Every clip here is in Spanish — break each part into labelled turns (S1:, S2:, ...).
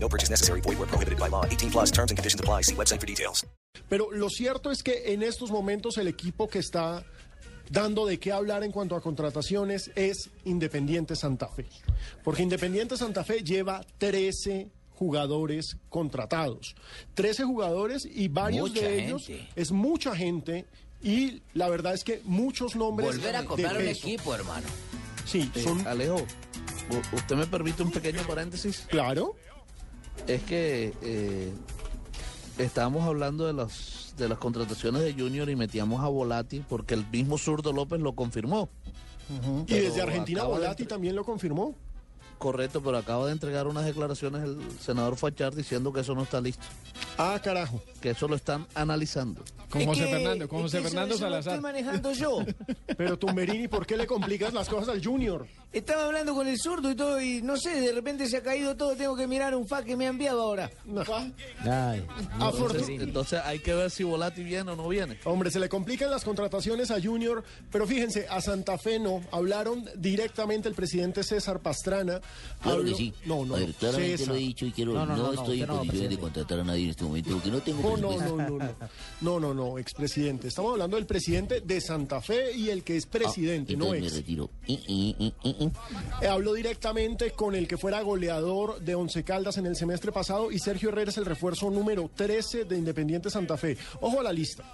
S1: No purchase necessary. Void where prohibited by law. 18 plus terms and conditions apply. See website for details.
S2: Pero lo cierto es que en estos momentos el equipo que está dando de qué hablar en cuanto a contrataciones es Independiente Santa Fe. Porque Independiente Santa Fe lleva 13 jugadores contratados. 13 jugadores y varios
S3: Mucha
S2: de ellos
S3: gente.
S2: es mucha gente y la verdad es que muchos nombres
S3: Volver a
S2: de
S3: comprar un
S2: peso.
S3: equipo, hermano.
S2: Sí,
S4: Eh,
S2: son
S4: Alejo, u- ¿usted me permite un pequeño paréntesis?
S2: claro.
S4: Es que eh, estábamos hablando de las, de las contrataciones de Junior y metíamos a Volati porque el mismo zurdo López lo confirmó.
S2: Y desde Argentina
S4: acaba de
S2: Volati
S4: entre-
S2: también lo confirmó.
S4: Correcto, pero acaba de entregar unas declaraciones el senador Fachar diciendo que eso no está listo,
S2: Ah, carajo.
S4: que eso lo están analizando.
S5: Con José Fernando, con José Fernando Salazar.
S3: Lo estoy manejando yo.
S2: Pero Tumberini, ¿por qué le complicas las cosas al Junior?
S3: Estaba hablando con el zurdo y todo, y no sé, de repente se ha caído todo. Tengo que mirar un fax que me ha enviado ahora.
S2: No.
S4: Entonces,
S2: Afortun-
S4: entonces hay que ver si Volati viene o no viene.
S2: Hombre, se le complican las contrataciones a Junior, pero fíjense, a Santa Fe no. Hablaron directamente el presidente César Pastrana.
S6: Claro que
S2: Habló-
S6: sí.
S2: No, no,
S6: A ver, claramente
S2: César.
S6: lo he dicho y quiero.
S5: No, no,
S6: No,
S5: no, no,
S6: estoy
S5: usted
S6: en
S5: no,
S6: condiciones de
S5: presidente.
S6: contratar a nadie en este momento porque no tengo
S2: No, Oh, no,
S6: presupuesto.
S2: no, no, no. No, no, no, expresidente. Estamos hablando del presidente de Santa Fe y el que es
S6: Ah,
S2: presidente, no
S6: entonces me
S2: es.
S6: retiro. Eh, eh, eh, eh, eh.
S2: Habló directamente con el que fuera goleador de Once Caldas en el semestre pasado y Sergio Herrera es el refuerzo número 13 de Independiente Santa Fe. Ojo a la lista.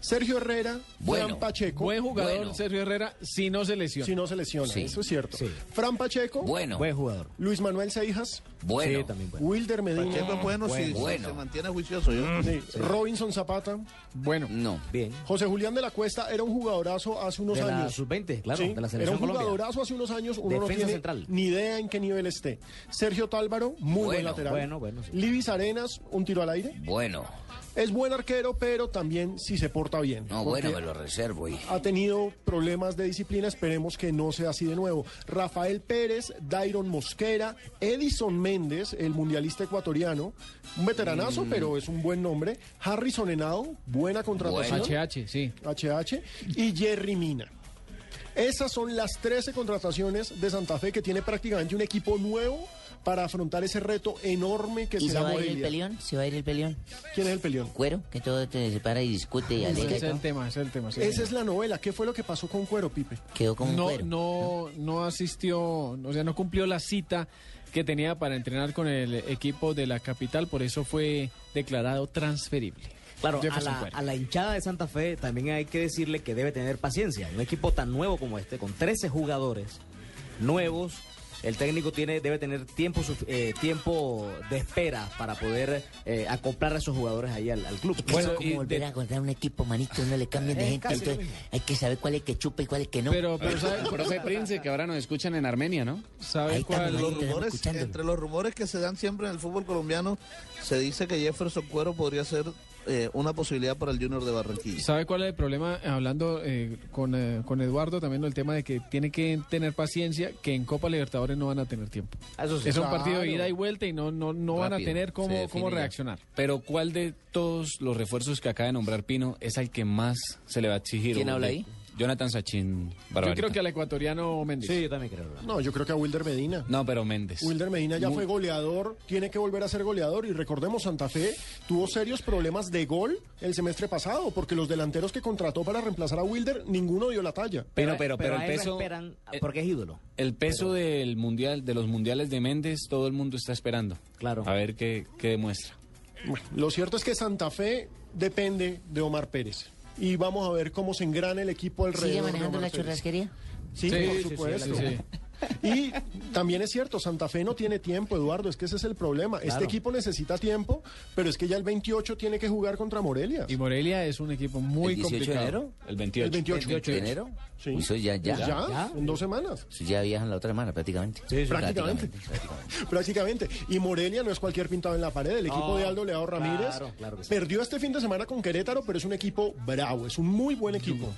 S2: Sergio Herrera,
S6: Bueno,
S2: Juan Pacheco,
S5: Buen jugador
S6: Bueno.
S5: Sergio Herrera si no se lesiona.
S2: si no se lesiona,
S6: Sí.
S2: eso es cierto. Fran Pacheco,
S6: Bueno,
S5: Buen jugador.
S2: Luis Manuel Seijas,
S6: bueno.
S5: Sí, también bueno.
S2: Wilder Medina,
S4: Pacheco es bueno, si, si
S6: bueno.
S4: se mantiene juicioso.
S5: Mm.
S4: Yo.
S2: sí, Robinson Zapata,
S5: Bueno.
S6: No.
S7: Bien.
S2: José Julián de la Cuesta era un jugadorazo hace unos
S7: De la
S2: años.
S7: sub-20, claro,
S2: Sí,
S7: de la
S2: era
S7: selección
S2: un
S7: Colombia.
S2: jugadorazo hace unos años, uno no
S7: Defensa
S2: tiene
S7: central.
S2: ni idea en qué nivel esté. Sergio Tálvaro, muy buen
S6: Bueno,
S2: lateral.
S7: bueno, bueno, sí.
S2: Libis Arenas, un tiro al aire.
S6: Bueno.
S2: Es buen arquero, pero también si se porta bien.
S6: No,
S2: porque
S6: bueno, me lo reservo. Y...
S2: Ha tenido problemas de disciplina, esperemos que no sea así de nuevo. Rafael Pérez, Dairon Mosquera, Edison Méndez, el mundialista ecuatoriano, un veteranazo, pero es un buen nombre. Harrison Henao, buena contratación.
S5: HH, sí.
S2: HH y Jerry Mina. Esas son las 13 contrataciones de Santa Fe que tiene prácticamente un equipo nuevo para afrontar ese reto enorme que
S6: ¿Y
S2: se
S6: se
S2: da
S6: va a ir el
S2: Morelia.
S6: peleón? ¿Se va a ir el peleón?
S2: ¿Quién es el peleón?
S6: ¿Cuero? Que todo te separa y discute y
S5: Ese
S6: aleja. y
S5: es el
S6: todo.
S5: tema, ese es el tema. sí,
S2: Esa
S5: señor.
S2: es la novela. ¿Qué fue lo que pasó con Cuero, Pipe?
S6: Quedó como un
S5: no,
S6: cuero.
S5: no, no asistió, o sea, no cumplió la cita que tenía para entrenar con el equipo de la capital, por eso fue declarado transferible.
S7: Claro, a
S5: Jefferson
S7: la,
S5: Cuero.
S7: a la hinchada de Santa Fe también hay que decirle que debe tener paciencia. Un equipo tan nuevo como este, con 13 jugadores nuevos, el técnico tiene, debe tener tiempo, suf- eh, tiempo de espera para poder eh, acoplar a esos jugadores ahí al, al club.
S6: Es que
S5: Bueno,
S6: eso es
S5: y
S6: como volver
S5: de-
S6: a encontrar un equipo, manito, no le cambian de
S7: Eh,
S6: gente.
S7: casi lo
S6: Entonces, hay que saber cuál es el que chupa y cuál es el que no.
S5: Pero, pero ¿sabe,
S8: Profe Prince, que ahora nos escuchan en Armenia, ¿no?
S5: sabe
S6: pues, Ahí está,
S5: cuál?
S6: Manuel.
S4: los
S6: Estamos
S4: rumores,
S6: escuchándolo.
S4: entre los rumores que se dan siempre en el fútbol colombiano, se dice que Jefferson Cuero podría ser eh, una posibilidad para el Junior de Barranquilla.
S5: ¿Sabe cuál es el problema? Hablando eh, con, eh, con Eduardo también, el tema de que tiene que tener paciencia, que en Copa Libertadores no van a tener tiempo.
S7: Eso sí.
S5: es un partido de ida y vuelta y no, no, no van a
S8: Rápido,
S5: tener
S8: se
S5: cómo,
S8: define
S5: cómo
S8: ya.
S5: reaccionar.
S8: Pero ¿cuál de todos los refuerzos que acaba de nombrar Pino es al que más se le va a exigir?
S6: ¿Quién
S8: o
S6: habla
S8: de-
S6: ahí?
S8: Jonathan Sachin Barbarita.
S5: Yo creo que al ecuatoriano Méndez.
S7: Sí, yo también creo.
S6: Ah.
S2: No, yo creo que a Wilder Medina.
S8: No, pero Méndez.
S2: Wilder Medina ya fue goleador, tiene que volver a ser goleador y recordemos Santa Fe tuvo serios problemas de gol el semestre pasado porque los delanteros que contrató para reemplazar a Wilder ninguno dio la talla.
S8: Pero, pero, pero,
S7: eh, a
S8: el
S7: él lo
S8: peso...
S7: esperan
S8: eh,
S7: porque es ídolo.
S8: El peso del mundial, de los mundiales de Méndez, todo el mundo está esperando.
S7: Claro.
S8: A ver qué, qué demuestra.
S2: Bueno, lo cierto es que Santa Fe depende de Omar Pérez. Y vamos a ver cómo se engrana el equipo alrededor.
S6: ¿Sigue
S2: de
S6: manejando
S2: Omar
S6: la
S2: Pérez.
S6: churrasquería?
S2: Sí,
S5: Sí,
S2: por
S5: sí, sí,
S2: supuesto.
S5: sí, sí.
S2: Y también es cierto, Santa Fe no tiene tiempo, Eduardo, es que ese es el problema. Este equipo necesita tiempo, pero es que ya el 28 tiene que jugar contra Morelia.
S5: Y Morelia es un equipo muy
S6: ¿El 18 de
S5: complicado.
S6: enero?
S8: El 28.
S2: El 28.
S6: ¿De enero?
S2: Sí.
S6: Uy, Eso
S7: Eh,
S6: ya, ya.
S2: ¿Ya? En dos semanas.
S6: Eso ya viajan la otra semana prácticamente.
S7: Sí, sí.
S2: Prácticamente.
S6: prácticamente.
S2: Prácticamente. Y Morelia no es cualquier pintado en la pared. El equipo
S7: No,
S2: de Aldo Leao Ramírez
S7: Oh, claro, claro que sí.
S2: perdió este fin de semana con Querétaro, pero es un equipo bravo, es un muy buen equipo.